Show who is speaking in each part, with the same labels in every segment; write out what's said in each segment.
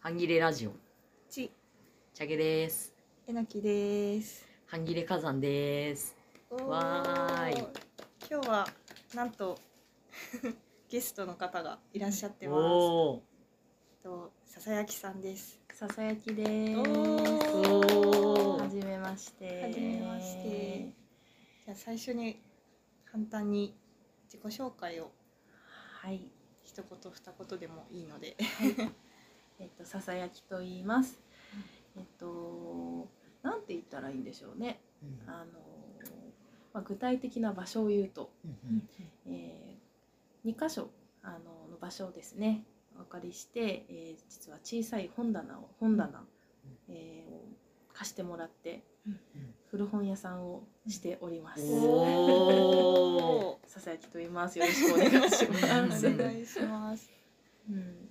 Speaker 1: 半切れラジオ
Speaker 2: ち
Speaker 1: チャゲです
Speaker 2: えのきです。
Speaker 1: 半切れ火山です
Speaker 2: おー
Speaker 1: わーい。
Speaker 2: 今日はなんと ゲストの方がいらっしゃってます。
Speaker 1: お
Speaker 2: と笹焼さんです。
Speaker 3: ささやきです。
Speaker 1: ー
Speaker 2: お
Speaker 1: お
Speaker 3: は
Speaker 1: ー
Speaker 3: じめまして。
Speaker 2: はじめまして。じゃあ最初に簡単に自己紹介を
Speaker 3: はい。
Speaker 2: 一言二言でもいいので。
Speaker 3: えっとささやきと言います。えっとなんて言ったらいいんでしょうね。
Speaker 1: うん
Speaker 3: あのまあ具体的な場所を言うと、
Speaker 1: うん
Speaker 3: えー、2箇所あのの場所をですね。お借りして、えー実は小さい本棚を本棚、えーを貸してもらって
Speaker 1: うん
Speaker 3: 古本屋さんをしております。
Speaker 1: おー
Speaker 3: ささやきと言います。よろしくお願いし
Speaker 2: お
Speaker 3: ます。
Speaker 2: 願いします。
Speaker 3: うん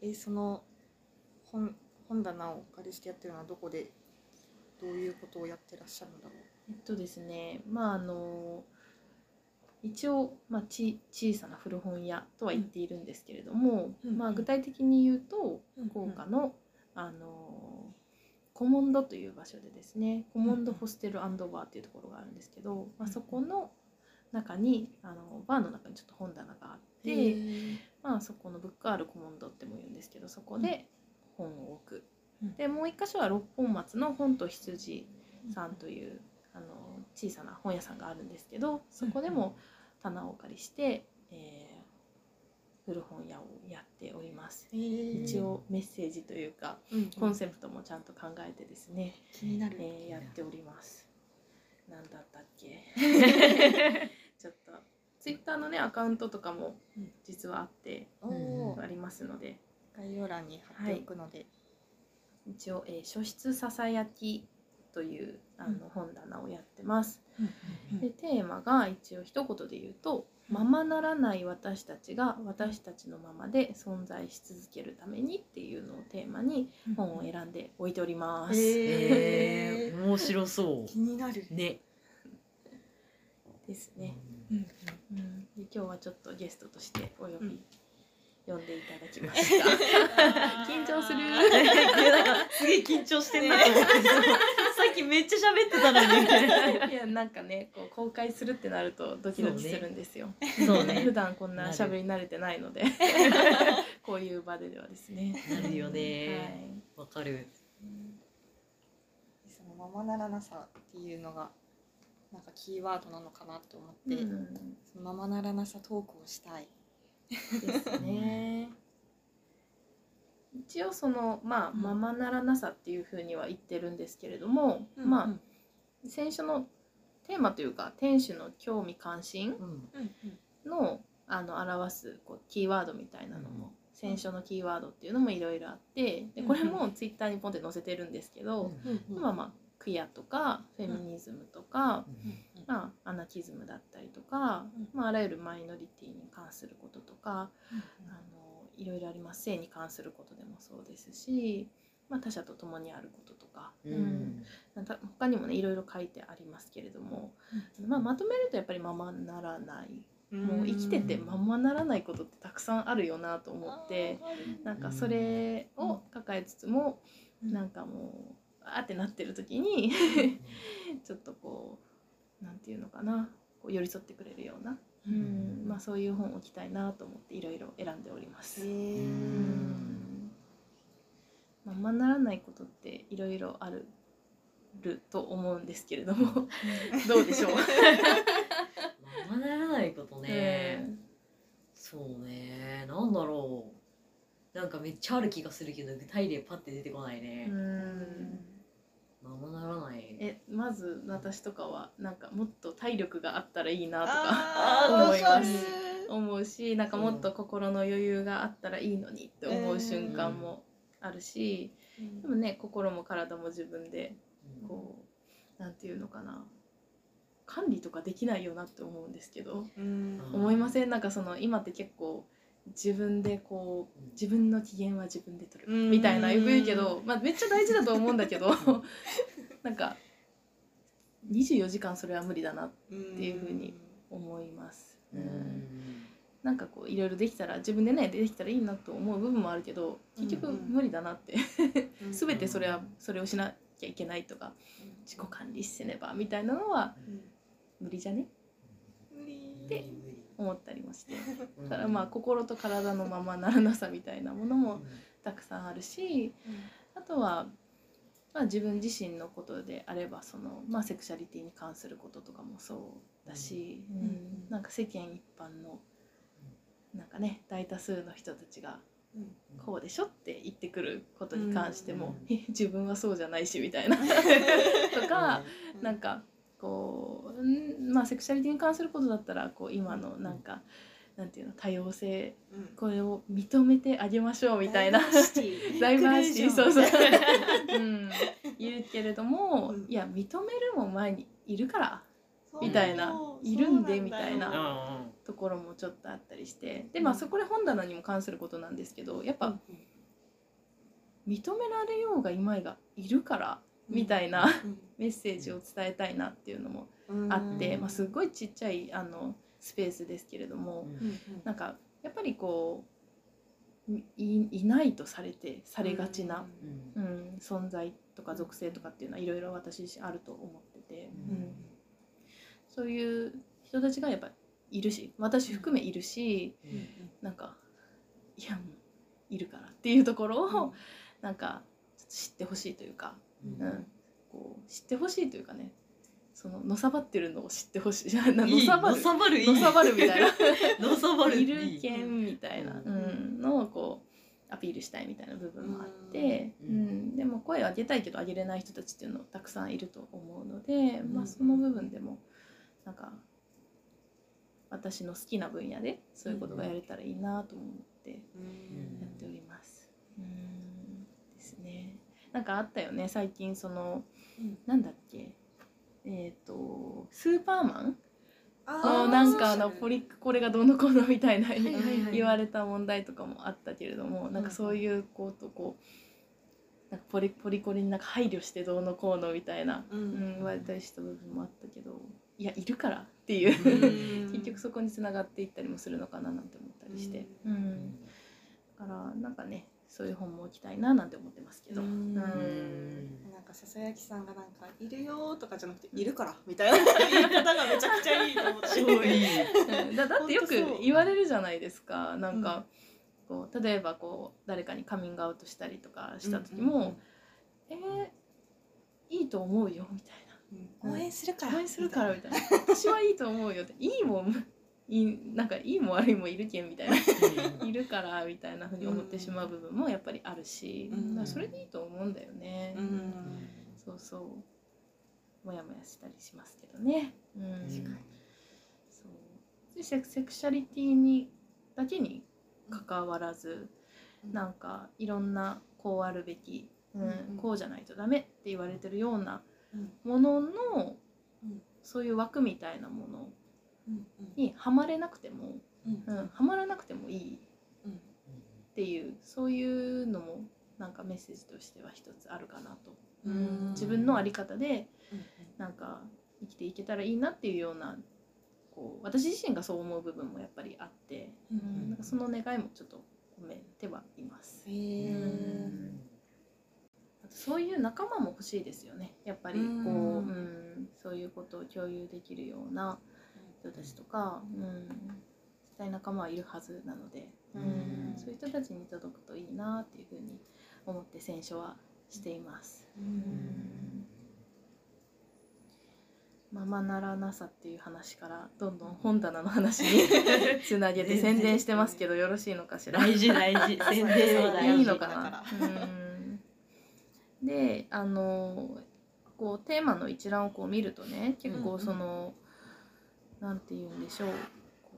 Speaker 2: えその本本棚をお借りしてやってるのはどこでどういうことをやってらっしゃるんだろう。
Speaker 3: えっとですねまああの一応、まあ、ち小さな古本屋とは言っているんですけれども、
Speaker 2: うん
Speaker 3: ま
Speaker 2: う
Speaker 3: あ、
Speaker 2: ん
Speaker 3: 具体的に言うと
Speaker 2: うん
Speaker 3: 福岡の,、あのコモンドという場所でですねコモンドホステルバーというところがあるんですけど、まあ、そこの中にあのバーの中にちょっと本棚があって、まあ、そこのブックアールコモンドっても言うんですけどそこで本を置く、
Speaker 2: うん
Speaker 3: でもう一箇所は六本松の本と羊さんという、あの小さな本屋さんがあるんですけどそこでも棚をお借りして、えー古本屋をやっております
Speaker 2: えー
Speaker 3: 一応メッセージというか、
Speaker 2: うん
Speaker 3: コンセプトもちゃんと考えてですね、
Speaker 2: 気になる。
Speaker 3: えーやっております何だったっけ ちょっとツイッターのねアカウントとかも
Speaker 2: うん
Speaker 3: 実はあって
Speaker 2: お
Speaker 1: うん
Speaker 2: お
Speaker 3: あ、りますので
Speaker 2: 概要欄に貼っておくので、
Speaker 3: 一応、えー書室ささやき」というあ
Speaker 2: う
Speaker 3: の本棚をやってます。
Speaker 2: うん
Speaker 3: でテーマが一応一言で言うと「
Speaker 2: うん
Speaker 3: ままならない私たちが私たちのままで存在し続けるために」っていうのをテーマに本を選んで置いております。
Speaker 1: えー面白そ
Speaker 2: 気になる。
Speaker 1: うね
Speaker 3: ですね、
Speaker 2: うん
Speaker 3: うんで。今日はちょっとゲストとしてお呼び、呼んでいただき ました。緊張する。
Speaker 1: なんかすげえ緊張してんなと思って さっきめっちゃ喋ってたのにみたいない
Speaker 3: やなんかねこう公開するってなるとドキドキするんですよ。
Speaker 1: そう
Speaker 3: 普
Speaker 1: ね
Speaker 3: 段こんな喋り慣れてないのでこういう場でではですね。
Speaker 1: なるよ
Speaker 3: は
Speaker 1: ね
Speaker 3: い
Speaker 1: わかる
Speaker 2: そのままならなさっていうのがなんかキーワードなのかなと思って、
Speaker 3: うん
Speaker 2: そのままならなさトークをしたい。
Speaker 3: ですね。一応そのまあ
Speaker 2: うん
Speaker 3: ままならなさっていうふうには言ってるんですけれども、まあ先週のテーマというか店主の興味関
Speaker 1: う
Speaker 3: 心
Speaker 1: ん
Speaker 2: あ、うんうん
Speaker 3: のあの表すこうキーワードみたいなのも。選書のキーワードっていうのもいろいろあってでこれもツイッターにポンって載せてるんですけど、
Speaker 2: うん
Speaker 3: まあまあクィアとかフェミニズムとか、
Speaker 2: うん
Speaker 3: まあ、アナキズムだったりとか、
Speaker 2: う
Speaker 3: まあ、あらゆるマイノリティに関することとか、あのいろいろあります性に関することでもそうですし、まあ、他者と共にあることとか、
Speaker 1: う
Speaker 3: うん
Speaker 1: ん
Speaker 3: なんか他にもねいろいろ書いてありますけれども、まあ、まとめるとやっぱりままならないもう生きててままならないことってたくさんあるよなと思って。
Speaker 2: あー
Speaker 3: なんかそれを抱えつつも、
Speaker 2: うん
Speaker 3: なんかもうあーってなってる時にちょっとこうなんていうのかなこう寄り添ってくれるような、うんんまあ、そういう本を置きたいなと思っていろいろ選んでおりま
Speaker 2: え
Speaker 3: す。う
Speaker 2: ー
Speaker 3: んまあまあならないことっていろいろあるると思うんですけれどもどうでしょう、
Speaker 1: ままならないことね
Speaker 3: うん
Speaker 1: そうねなんだろうなんかめっちゃある気がするけど具体例パッて出てこないね
Speaker 3: うん
Speaker 1: ままならない
Speaker 3: えまず私とかはなんかもっと体力があったらいいなとか
Speaker 2: あー
Speaker 3: とか思います
Speaker 2: わかる
Speaker 3: 思うしなんかもっと心の余裕があったらいいのにって思う瞬間もあるし、でもね心も体も自分で
Speaker 1: うん
Speaker 3: こうなんていうのかな管理とかできないよなって思うんですけど、
Speaker 2: うん
Speaker 1: うん
Speaker 3: 思いませんなんかその今って結構自分でこう自分の機嫌は自分で取る
Speaker 2: うん
Speaker 3: みたいなよく言うけど、まあ、めっちゃ大事だと思うんだ けどなんか24時間それは無理だな
Speaker 2: うん
Speaker 3: っていう風に思います。
Speaker 1: うん
Speaker 3: なんかこういろいろできたら自分でねできたらいいなと思う部分もあるけど結
Speaker 2: う
Speaker 3: 局
Speaker 2: んうん
Speaker 3: 無理だなって、
Speaker 2: うん
Speaker 3: 全てそれはそれをしなきゃいけないとか自己管理せねばみたいなのは
Speaker 2: うん
Speaker 3: 無理じゃね
Speaker 2: 無理
Speaker 3: で思ったりもしてだからまあ
Speaker 1: ま
Speaker 3: 心と体のままならなさみたいなもの
Speaker 1: あ
Speaker 3: もたくさんあるしあとは、まあ、自分自身のことであればその、まあ、セクシャリティに関することとかもそうだし、うん
Speaker 2: うんうん
Speaker 3: なんか世間一般のなんかね大多数の人たちが
Speaker 2: うん
Speaker 3: こうでしょって言ってくることに関しても、
Speaker 1: う
Speaker 3: 自分はそうじゃないしみたいなとか、
Speaker 2: う
Speaker 3: なんかこうんまあセクシャリティに関することだったらこう今のなんか、なんていうの多様性
Speaker 2: うん
Speaker 3: これを認めてあげましょうみたいな。
Speaker 2: ダイバーシティ
Speaker 3: ダイバーシティそ うそう
Speaker 2: インクルージョン
Speaker 3: うん、いるけれども、
Speaker 2: うん
Speaker 3: いや認めるも前にいるから
Speaker 2: そう
Speaker 1: みたい
Speaker 3: な
Speaker 2: そう
Speaker 3: いる
Speaker 2: そ
Speaker 3: んで
Speaker 2: うだよ
Speaker 3: みたいなところもちょっとあったりしてでまあ
Speaker 2: うん
Speaker 3: そこで本棚にも関することなんですけどやっ
Speaker 2: う
Speaker 3: ぱ
Speaker 2: んうん
Speaker 3: 認められようがいまいがいるからみたいな、 メッセージを伝えたいなっていうのも
Speaker 2: うん
Speaker 3: あって、
Speaker 1: うん
Speaker 3: まあ、すごいちっちゃいあのスペースですけれども、
Speaker 2: うんうん
Speaker 3: なんかやっぱりこういいないとされてされがちな、うん、存在とか属性とかっていうのはいろいろ私自身あると思ってて、
Speaker 1: うん
Speaker 3: そういう人たちがやっぱいるし私含めいるしなんかいやもういるからっていうところを、なんか知ってほしいというか、うんこう知ってほしいというかねそののさばってるのを知ってほしい じゃあの
Speaker 1: の
Speaker 3: さ
Speaker 1: さ
Speaker 3: ば
Speaker 1: ば
Speaker 3: る
Speaker 1: るのさばるいい
Speaker 3: のさばるみたいな
Speaker 1: のさばる
Speaker 3: いる
Speaker 1: い
Speaker 3: けんみたいな、うん、のをこうアピールしたいみたいな部分もあって、う
Speaker 1: うんん
Speaker 3: でも声を上げたいけど上げれない人たちっていうのたくさんいると思うので、
Speaker 1: う
Speaker 3: まあ、
Speaker 1: ん
Speaker 3: その部分でもなんか私の好きな分野でそういうことがやれたらいいなと思ってや
Speaker 2: うん
Speaker 3: っております。うんですね。なんかあったよね最近その
Speaker 2: うん
Speaker 3: なんだっけえっ、とスーパーマン
Speaker 2: あ
Speaker 3: の
Speaker 2: ー
Speaker 3: なんかあのポリックこれがどうのこうのみたいな
Speaker 1: はいはいはい
Speaker 3: 言われた問題とかもあったけれども、なんかそういうことこうなんかポリポリコリになんか配慮してどうのこうのみたいな、
Speaker 2: う
Speaker 3: うんん、言われたりした部分もあったけどいやいるからっていうう
Speaker 1: ん
Speaker 3: 結局そこに繋がっていったりもするのかななんて思ったりして、うんだからなんかねそういう本も置きたいななんて思ってますけど、
Speaker 2: う
Speaker 3: うんん
Speaker 2: なんかささやきさんがなんか「いるよ」とかじゃなくて「いるから」みたいな言い方がめちゃくちゃいいと思って
Speaker 1: 超いい
Speaker 3: うん だだってよく
Speaker 2: 本当そう
Speaker 3: 言われるじゃないですかなんか、こう例えばこう誰かにカミングアウトしたりとかした時も、えー、いいと思うよみたい
Speaker 2: うん応援するか
Speaker 3: な
Speaker 2: ら
Speaker 3: 応援するからみたい な私はいいと思うよっていいもんいいなんかいいも悪いもいるけんみたい ないるからみたいなふうに思ってしまう部分もやっぱりあるし、
Speaker 2: うん
Speaker 3: だからそれでいいと思うんだよね、
Speaker 2: うん
Speaker 3: そうそうもやもやしたりしますけどね、うん、
Speaker 1: 確かに
Speaker 3: そうでセクセクシャリティにだけに関わらず、
Speaker 2: うん
Speaker 3: なんかいろんなこうあるべき、うん
Speaker 2: うん
Speaker 3: こうじゃないとダメって言われてるような
Speaker 2: うん
Speaker 3: ものの、
Speaker 2: うん
Speaker 3: そういう枠みたいなもの
Speaker 2: うん
Speaker 3: にはまれなくても、
Speaker 2: うん
Speaker 3: うん、はまらなくてもいい
Speaker 2: うん
Speaker 3: っていうそういうのもなんかメッセージとしては一つあるかなと、
Speaker 2: うん
Speaker 3: 自分のあり方で、
Speaker 2: うん
Speaker 3: なんか生きていけたらいいなっていうようなこう私自身がそう思う部分もやっぱりあって、
Speaker 2: うん
Speaker 3: うんなんかその願いもちょっと込めてはいます
Speaker 2: へー
Speaker 3: あとそういう仲間も欲しいですよねやっぱりこう、う
Speaker 2: うん
Speaker 3: んそういうことを共有できるような人たちとか、うん、絶対仲間はいるはずなので、うん
Speaker 1: うん
Speaker 3: そういう人たちに届くといいなっていうふうに思って選書はしています。うんままならなさっていう話からどんどん本棚の話に つなげて宣伝してますけどよろしいのかしら
Speaker 1: 大事大事宣伝は大事
Speaker 3: いいのか
Speaker 2: だ
Speaker 3: な
Speaker 2: か
Speaker 3: うんであのこうテーマの一覧をこう見るとね結
Speaker 2: うんう
Speaker 3: 構
Speaker 2: ん
Speaker 3: その、なんて言うんでしょうこ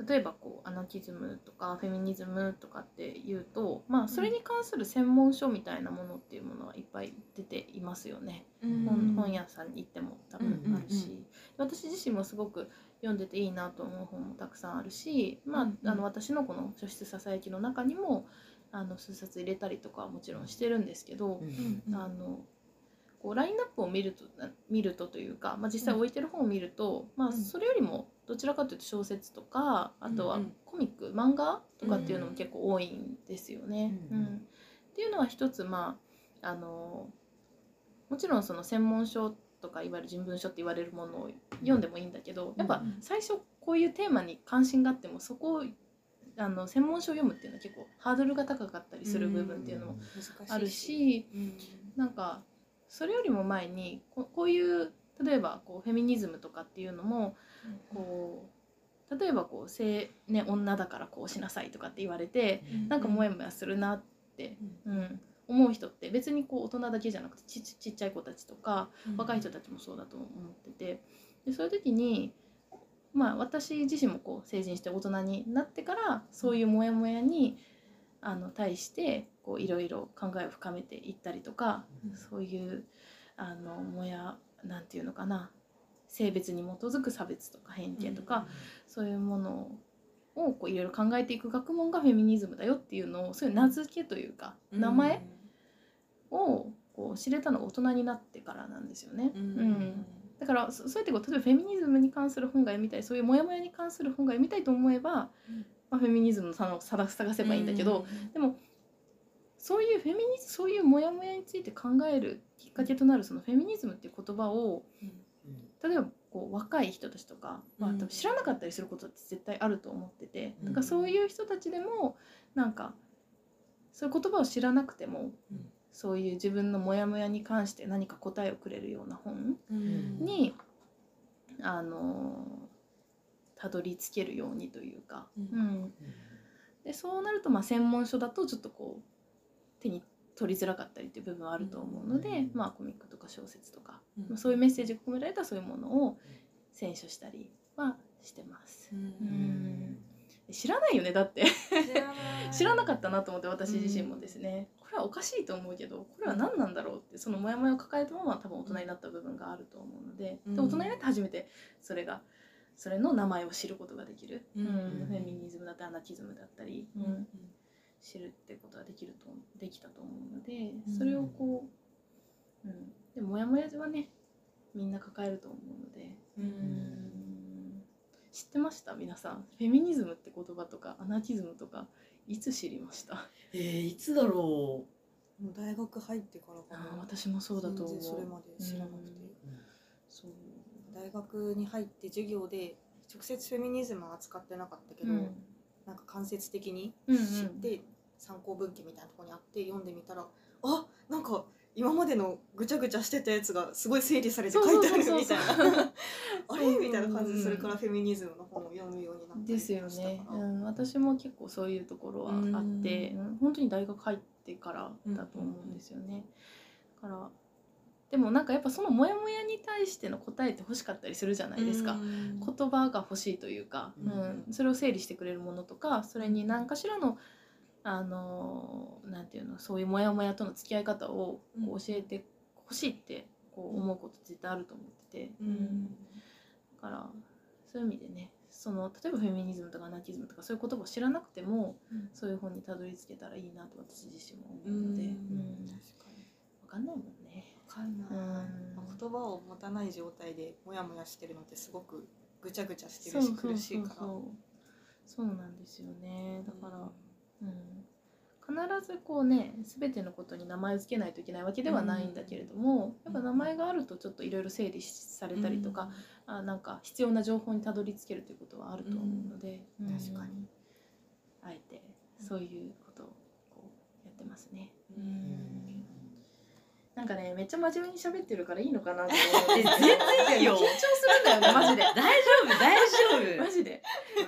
Speaker 3: う例えばこうアナキズムとかフェミニズムとかっていうとまあそれに関する専門書みたいなものっていうものはいっぱい出ていますよね。本本屋さんに行っても多分あるし、
Speaker 2: うんうん
Speaker 3: 私自身もすごく読んでていいなと思う本もたくさんあるし、まあ
Speaker 2: うんうん
Speaker 3: あの私のこの「書室ささやき」の中にもあの数冊入れたりとかはもちろんしてるんですけど、
Speaker 2: うん
Speaker 3: あのこうラインナップを見ると見るとというか、まあ、実際
Speaker 2: うん
Speaker 3: 置いてる本を見ると、ま
Speaker 2: う
Speaker 3: あ、
Speaker 2: ん
Speaker 3: それよりもどちらかというと小説とかあとは
Speaker 2: うんうん
Speaker 3: コミック、漫画とかっていうのも結構多いんですよね。
Speaker 1: うんうん
Speaker 3: っていうのは一つ、まあ、あのもちろんその専門書とかいわゆる人文書って言われるものを読んでもいいんだけど、やっぱ
Speaker 2: うんうん
Speaker 3: 最初こういうテーマに関心があってもそこをあの専門書を読むっていうのは結構ハードルが高かったりする部分っていうのも
Speaker 2: 難しい
Speaker 3: あるし、
Speaker 2: うん
Speaker 3: なんかそれよりも前にここういう例えばこうフェミニズムとかっていうのもこう例えばこう性、ね、女だからこうしなさいとかって言われてなんかモヤモヤするなって、うん、思う人って別にこう大人だけじゃなくてちちっちゃい子たちとか若い人たちもそうだと思っててでそういう時に、まあ、私自身もこう成人して大人になってからそういうモヤモヤにあの対してこういろいろ考えを深めていったりとかそういうあのもやなんていうのかな性別に基づく差別とか偏見とか、そういうものをこういろいろ考えていく学問がフェミニズムだよっていうのをそういう名付けというか、
Speaker 2: うん
Speaker 3: 名前をこう知れたのが大人になってからなんですよね。
Speaker 2: うん
Speaker 3: うんだからそそうやってこう例えばフェミニズムに関する本が読みたいそういうモヤモヤに関する本が読みたいと思えば、
Speaker 2: うん
Speaker 3: まあ、フェミニズムの棚を探探せばいいんだけど、
Speaker 2: うんうん
Speaker 3: でもそういうフェミニズそういうモヤモヤについて考えるきっかけとなるそのフェミニズムっていう言葉を例えばこう若い人たちとか、まあ、
Speaker 2: うん
Speaker 3: 多分知らなかったりすることって絶対あると思ってて、
Speaker 1: うん
Speaker 3: なんかそういう人たちでもなんかそういう言葉を知らなくても、
Speaker 2: うん
Speaker 3: そういう自分のモヤモヤに関して何か答えをくれるような本
Speaker 2: うん
Speaker 3: に、あのたどり着けるようにというか、
Speaker 2: うん
Speaker 3: うん、でそうなるとまあ専門書だとちょっとこう手に取りづらかったりっていう部分はあると思うので、
Speaker 1: うん
Speaker 3: まあコミックとか小説とか、
Speaker 2: うん
Speaker 3: まあそういうメッセージが込められたそういうものを選書したりはしてます
Speaker 2: う。
Speaker 3: うんん知らないよねだって
Speaker 2: 知らない
Speaker 3: 知らなかったなと思って私自身もですね、これはおかしいと思うけどこれは何なんだろうってそのモヤモヤを抱えたまま多分大人になった部分があると思うので,、
Speaker 2: うん
Speaker 3: で大人になって初めてそれがそれの名前を知ることができる、
Speaker 2: うん
Speaker 3: うんフェミニズムだったりアナキズムだったり、
Speaker 2: うん
Speaker 3: うん知るってことができるとできたと思うので
Speaker 2: うん
Speaker 3: それをこう、うん、でもやもやはねみんな抱えると思うので、
Speaker 2: うん
Speaker 3: うん知ってました皆さんフェミニズムって言葉とかアナキズムとかいつ知りました
Speaker 1: えー、いつだろ
Speaker 2: もう大学入ってから
Speaker 3: あ
Speaker 2: かな
Speaker 3: ー私もそうだと思
Speaker 2: 全然それ
Speaker 3: う
Speaker 2: まで知らなくて、
Speaker 1: う、うん
Speaker 3: そう
Speaker 2: 大学に入って授業で直接フェミニズムは扱ってなかったけど、
Speaker 3: うん
Speaker 2: なんか間接的に
Speaker 3: うんうん
Speaker 2: 知って参考文献みたいなところにあって読んでみたら、あなんか今までのぐちゃぐちゃしてたやつがすごい整理されて書いてあるみたい
Speaker 3: そうそうそうそ
Speaker 2: なあれみたいな感じでそれからフェミニズムの本を読むようになった
Speaker 3: です
Speaker 2: り
Speaker 3: よ
Speaker 2: もした
Speaker 3: ね、
Speaker 2: か
Speaker 3: う
Speaker 2: ら。
Speaker 3: ん、私も結構そういうところはあって、うん本当に大学入ってからだと思うんですよね、だからでもなんかやっぱそのモヤモヤに対しての答えって欲しかったりするじゃないですか、
Speaker 2: うん
Speaker 3: 言葉が欲しいというか、
Speaker 1: うん
Speaker 3: うんそれを整理してくれるものとかそれに何かしらのあのなんていうのそういうモヤモヤとの付き合い方をこ
Speaker 2: うん
Speaker 3: う教えてほしいってこう思うこと絶対あると思ってて、
Speaker 2: う
Speaker 3: うん
Speaker 2: ん
Speaker 3: だからそういう意味でねその例えばフェミニズムとかアナキズムとかそういう言葉を知らなくても
Speaker 2: うん
Speaker 3: そういう本にたどり着けたらいいなと私自身も
Speaker 2: う
Speaker 3: 思うの
Speaker 2: ん
Speaker 3: で、
Speaker 2: 確
Speaker 3: うん
Speaker 2: かに
Speaker 3: 分かんないもんね。
Speaker 2: わかんない、
Speaker 3: うん
Speaker 2: まあ言葉を持たない状態でモヤモヤしてるのってすごくぐちゃぐちゃしてるし苦しいから
Speaker 3: そうそうなんですよねだから、うん、必ずこうね全てのことに名前を付けないといけないわけではないんだけれども、
Speaker 2: うん
Speaker 3: やっぱ名前があるとちょっといろいろ整理されたりとか、、あなんか必要な情報にたどり着けるということはあると思うので、
Speaker 2: ん
Speaker 3: うん
Speaker 2: 確かに
Speaker 3: あえてそういうことをこうやってますね。
Speaker 2: うん
Speaker 3: なんかねめっちゃ真面目に喋ってるからいいのかなと思
Speaker 1: え
Speaker 3: って
Speaker 1: 全然いいよ
Speaker 3: 緊張するんだよねマジで
Speaker 1: 大丈夫大丈
Speaker 3: マ
Speaker 1: 夫
Speaker 3: ジで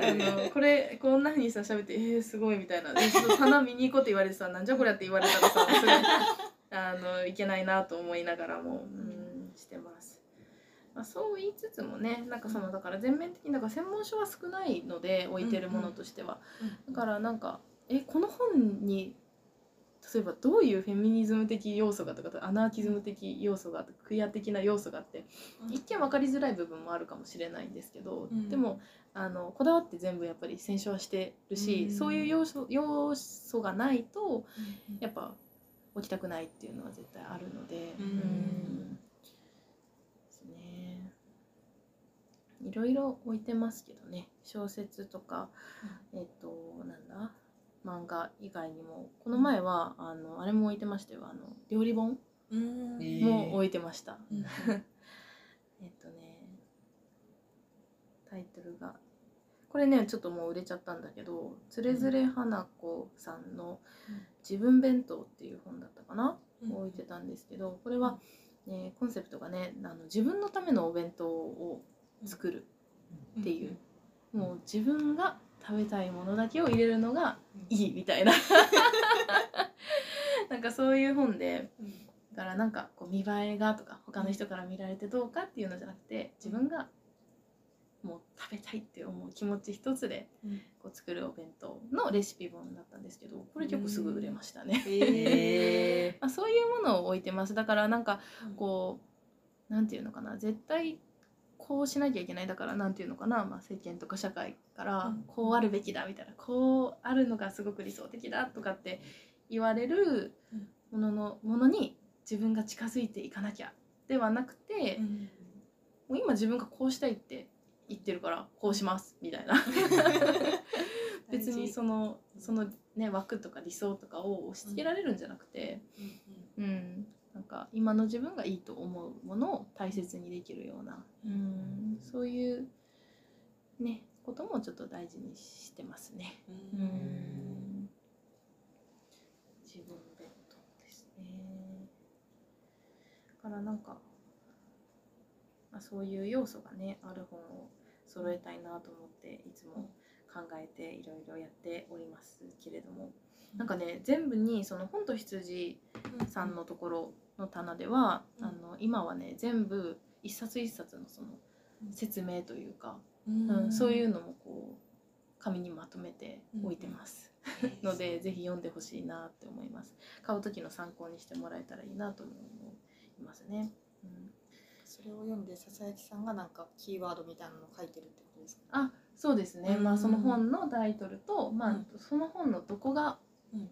Speaker 3: あ
Speaker 1: うん
Speaker 3: のこれこんなふうにさ喋って「えー、すごい」みたいな「でちょっと棚見に行こう」って言われてさ「なんじゃこりゃ」って言われたらさすごいあのいけないなと思いながらもうんしてます。まあ、そう言いつつもねなんかそのだから全面的にだから専門書は少ないので置いてるものとしては、
Speaker 2: うん
Speaker 3: だからなんかえこの本に例えばどういうフェミニズム的要素がとかアナーキズム的要素がとかクイア的な要素があって一見分かりづらい部分もあるかもしれないんですけど、
Speaker 2: うん
Speaker 3: でもあのこだわって全部やっぱり選書はしてるし、
Speaker 2: うん
Speaker 3: そういう要素要素がないと
Speaker 2: うん
Speaker 3: やっぱ起きたくないっていうのは絶対あるので、
Speaker 2: うん
Speaker 3: ですねいろいろ置いてますけどね小説とか、えっ、となんだ漫画以外にもこの前はあのあれも置いてましたよあの料理本
Speaker 2: うん
Speaker 1: え
Speaker 3: も置いてました、
Speaker 2: うん
Speaker 3: えっとねタイトルがこれねちょっともう売れちゃったんだけど「つれづれ花子さんの
Speaker 2: うん
Speaker 3: 自分弁当」っていう本だったかな、
Speaker 2: うん
Speaker 3: 置いてたんですけどこれは、ね、コンセプトがねあの自分のためのお弁当を作るっていう、
Speaker 1: ん
Speaker 3: もう自分が食べたいものだけを入れるのがいいみ たいななんかそういう本で
Speaker 2: うん
Speaker 3: だからなんかこう見栄えがとか他の人から見られてどうかっていうのじゃなくて自分がもう食べたいって思う気持ち一つで
Speaker 2: うん
Speaker 3: こう作るお弁当のレシピ本だったんですけどこれ結構すぐ売れましたね。
Speaker 1: へえ
Speaker 3: まあ、そういうものを置いてますだからなんか
Speaker 2: うん
Speaker 3: こうなんていうのかな絶対こうしなきゃいけないだからなんていうのかな、まあ、政権とか社会か
Speaker 2: う
Speaker 3: ら
Speaker 2: ん
Speaker 3: こうあるべきだみたいなこうあるのがすごく理想的だとかって言われる
Speaker 2: うん
Speaker 3: もののものに自分が近づいていかなきゃではなくて、
Speaker 2: うん
Speaker 3: もう今自分がこうしたいって言ってるからこうしますみ たいな別にそのその、ね、枠とか理想とかを押し付けられるんじゃなくて。
Speaker 2: うん
Speaker 3: うん、なんか今の自分がいいと思うものを大切にできるような、
Speaker 2: うん
Speaker 3: うん、そういうねこともちょっと大事にしてますね。
Speaker 2: うんうん
Speaker 3: 自分弁当ですね。だからなんか、まあ、そういう要素がねある本を揃えたいなと思っていつも考えていろいろやっておりますけれどもなんかね全部にその本と羊さんのところの棚では、
Speaker 2: うん
Speaker 3: あの今はね全部一冊一冊のその説明というか、
Speaker 2: うん
Speaker 3: うんそういうのもこう紙にまとめて置いてます、のでぜひ読んでほしいなって思います買う時の参考にしてもらえたらいいなと思いますね、うん、
Speaker 2: それを読んでささやきさんがなんかキーワードみたいなのを書いてるってことですか
Speaker 3: あそうですね、
Speaker 2: うん
Speaker 3: まあその本のタイトルと、まあ
Speaker 2: うん
Speaker 3: その本のどこが
Speaker 2: うん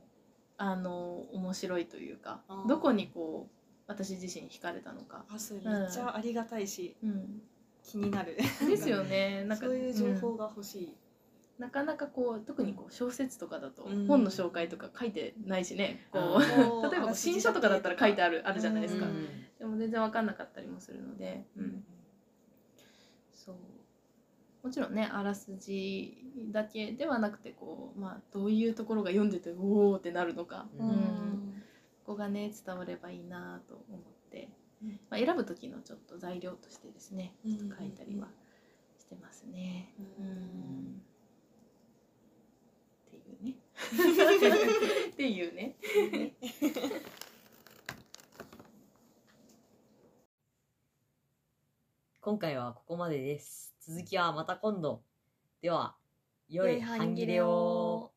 Speaker 3: あの面白いというか
Speaker 2: あー
Speaker 3: どこにこう私自身惹かれたのか、
Speaker 2: あそれめっちゃありがたいし、
Speaker 3: うん、
Speaker 2: 気になる
Speaker 3: ですよねなんか
Speaker 2: そういう情
Speaker 3: うん
Speaker 2: 報が欲しい、
Speaker 3: なかなかこう特にこう小説とかだと
Speaker 2: うん
Speaker 3: 本の紹介とか書いてないしね、こ
Speaker 1: うん
Speaker 3: う 例えばこう新書とかだったら書いてあるあるじゃないですか、
Speaker 1: うん
Speaker 3: でも全然分かんなかったりもするので、うん、そうもちろんねあらすじだけではなくてこう、まあ、どういうところが読んでておおってなるのか、
Speaker 1: うん
Speaker 3: ここがね伝わればいいなと思って、
Speaker 2: うん
Speaker 3: まあ、選ぶ時のちょっと材料としてですね
Speaker 2: うん
Speaker 3: 書いたりはしてますね。
Speaker 2: うん
Speaker 3: うんってい うね。っていうね。
Speaker 1: 今回はここまでです続きはまた今度では良い半切れを